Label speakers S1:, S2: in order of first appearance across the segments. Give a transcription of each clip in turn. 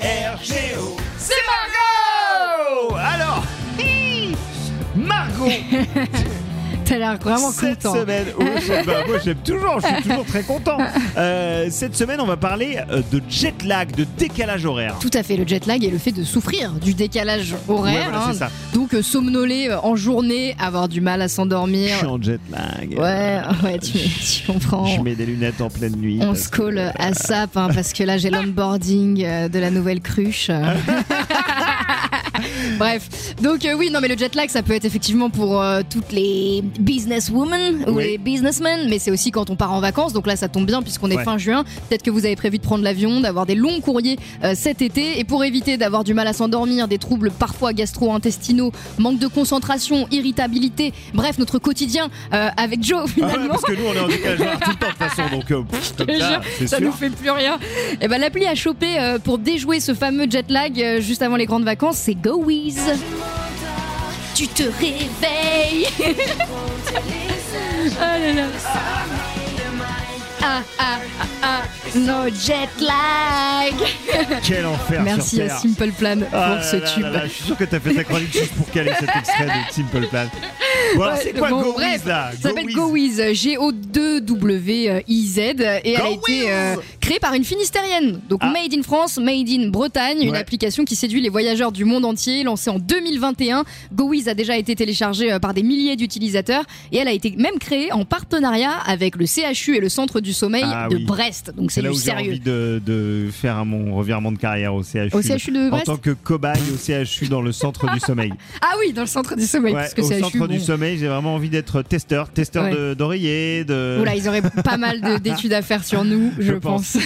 S1: M-A-R-G-O.
S2: C'est Margot!
S1: Oh! Alors, Margot,
S2: T'as l'air vraiment
S1: cette
S2: content.
S1: semaine, Oui, je- bah, moi j'aime toujours, je suis toujours très content. Euh, cette semaine, on va parler euh, de jet lag, de décalage horaire.
S2: Tout à fait, le jet lag et le fait de souffrir du décalage horaire.
S1: Ouais, voilà,
S2: hein.
S1: c'est ça.
S2: Donc euh, somnoler euh, en journée, avoir du mal à
S1: Je
S2: s'endormir.
S1: suis en jet lag.
S2: Ouais, ouais, tu, tu comprends.
S1: Je mets des lunettes en pleine nuit.
S2: On
S1: parce
S2: se
S1: que- euh,
S2: colle à ça hein, parce que là j'ai l'onboarding euh, de la nouvelle cruche. Bref, donc euh, oui, non mais le jet lag ça peut être effectivement pour euh, toutes les businesswomen ou
S1: Oui.
S2: les businessmen, mais c'est aussi quand on part en vacances. Donc là ça tombe bien puisqu'on est
S1: Ouais.
S2: fin juin. Peut-être que vous avez prévu de prendre l'avion, d'avoir des longs courriers euh, cet été et pour éviter d'avoir du mal à s'endormir, des troubles parfois gastro-intestinaux, manque de concentration, irritabilité, bref notre quotidien euh, avec Joe
S1: Ah ouais,
S2: finalement.
S1: parce que nous on est en décalage horaire tout le temps de toute façon, donc euh, pff, comme
S2: Je te
S1: ça,
S2: jure,
S1: c'est
S2: ça
S1: sûr.
S2: nous fait plus rien. Et ben l'appli à choper euh, pour déjouer ce fameux jet lag euh, juste avant les grandes vacances, c'est GoWiz. Tu te réveilles. oh là là. Ah ah ah ah, no jet lag.
S1: Quel enfer
S2: Merci
S1: sur
S2: à
S1: Terre.
S2: Simple Plan pour
S1: Ah
S2: ce
S1: là là
S2: tube.
S1: là là, je suis sûr que t'as fait ta chronique juste pour caler cet extrait de Simple Plan. Bon, alors,
S2: Ouais,
S1: c'est quoi
S2: bon,
S1: Go
S2: bref,
S1: With, là
S2: Ça s'appelle GoWiz, G-O-2-W-I-Z, et elle a
S1: Go
S2: été
S1: Wiz
S2: euh, créée par une Finistérienne. Donc
S1: Ah.
S2: Made in France, Made in Bretagne, une
S1: Ouais.
S2: application qui séduit les voyageurs du monde entier, lancée en 2021. GoWiz a déjà été téléchargée euh, par des milliers d'utilisateurs, et elle a été même créée en partenariat avec le CHU et le Centre du Sommeil
S1: Ah
S2: de
S1: oui.
S2: Brest. Donc c'est
S1: là
S2: du
S1: où j'ai envie
S2: sérieux.
S1: de, de faire un- mon revirement de carrière au CHU.
S2: Au CHU de
S1: en
S2: Brest
S1: tant que cobaye au CHU dans le centre du sommeil.
S2: Ah oui, dans le Centre du Sommeil,
S1: Ouais,
S2: parce que
S1: au
S2: CHU,
S1: centre du
S2: bon.
S1: sommeil, j'ai vraiment envie d'être testeur, testeur
S2: Ouais.
S1: de- d'oreiller, de,
S2: Oula, ils auraient pas mal de- d'études à faire sur nous, je,
S1: Je
S2: pense.
S1: pense.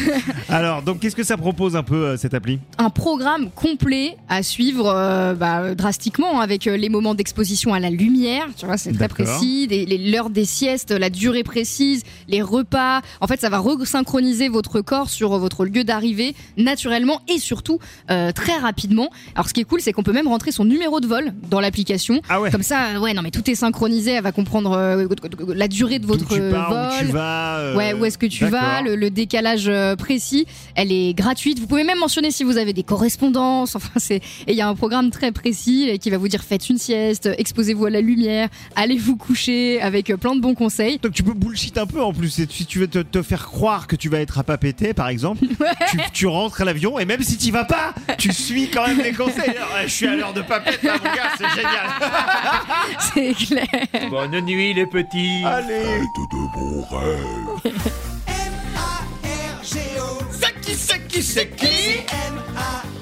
S1: Alors, donc, qu'est-ce que ça propose un peu euh, cette appli
S2: un programme complet à suivre euh, bah, drastiquement avec euh, les moments d'exposition à la lumière, tu vois, c'est très
S1: D'accord.
S2: précis, des- les- l'heure des siestes, la durée précise, les repas. En fait, ça va resynchroniser votre corps sur euh, votre lieu d'arrivée naturellement et surtout euh, très rapidement. Alors, ce qui est cool, c'est qu'on peut même rentrer son numéro de vol dans l'application.
S1: Ah ouais.
S2: Comme ça, euh, ouais, non, mais tout est synchronisé. Elle va comprendre euh, la durée de votre
S1: D'où tu pars,
S2: vol.
S1: où tu vas. euh,
S2: Ouais, où est-ce que tu vas,
S1: d'accord.
S2: le, le décalage euh, précis. Elle est gratuite. Vous pouvez même mentionner si vous avez des correspondances. Enfin, c'est et il y a un programme très précis euh, qui va vous dire faites une sieste, exposez-vous à la lumière, allez vous coucher avec euh, plein de bons conseils.
S1: Donc tu peux bullshit un peu en plus. Et si tu veux te, te faire croire que tu vas être à pas péter, par exemple, tu, tu rentres à l'avion et même si tu vas pas, tu suis quand même les conseils. Alors, ouais, je suis à l'heure de papette, là, mon gars, c'est génial.
S2: C'est clair.
S3: Bonne nuit les petits.
S1: Allez.
S4: C'est qui, c'est qui, c'est qui M-A-R-G-O